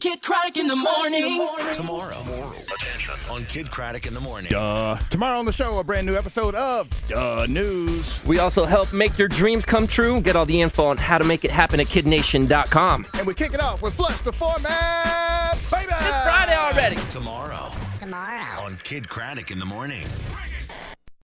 Kid Craddock in the morning. Tomorrow. On Kid Craddock in the morning. Duh. Tomorrow on the show, a brand new episode of Duh News. We also help make your dreams come true. Get all the info on how to make it happen at kidnation.com. And we kick it off with Flush the Format, baby! Friday already. Tomorrow. Tomorrow. On Kid Craddock in the morning.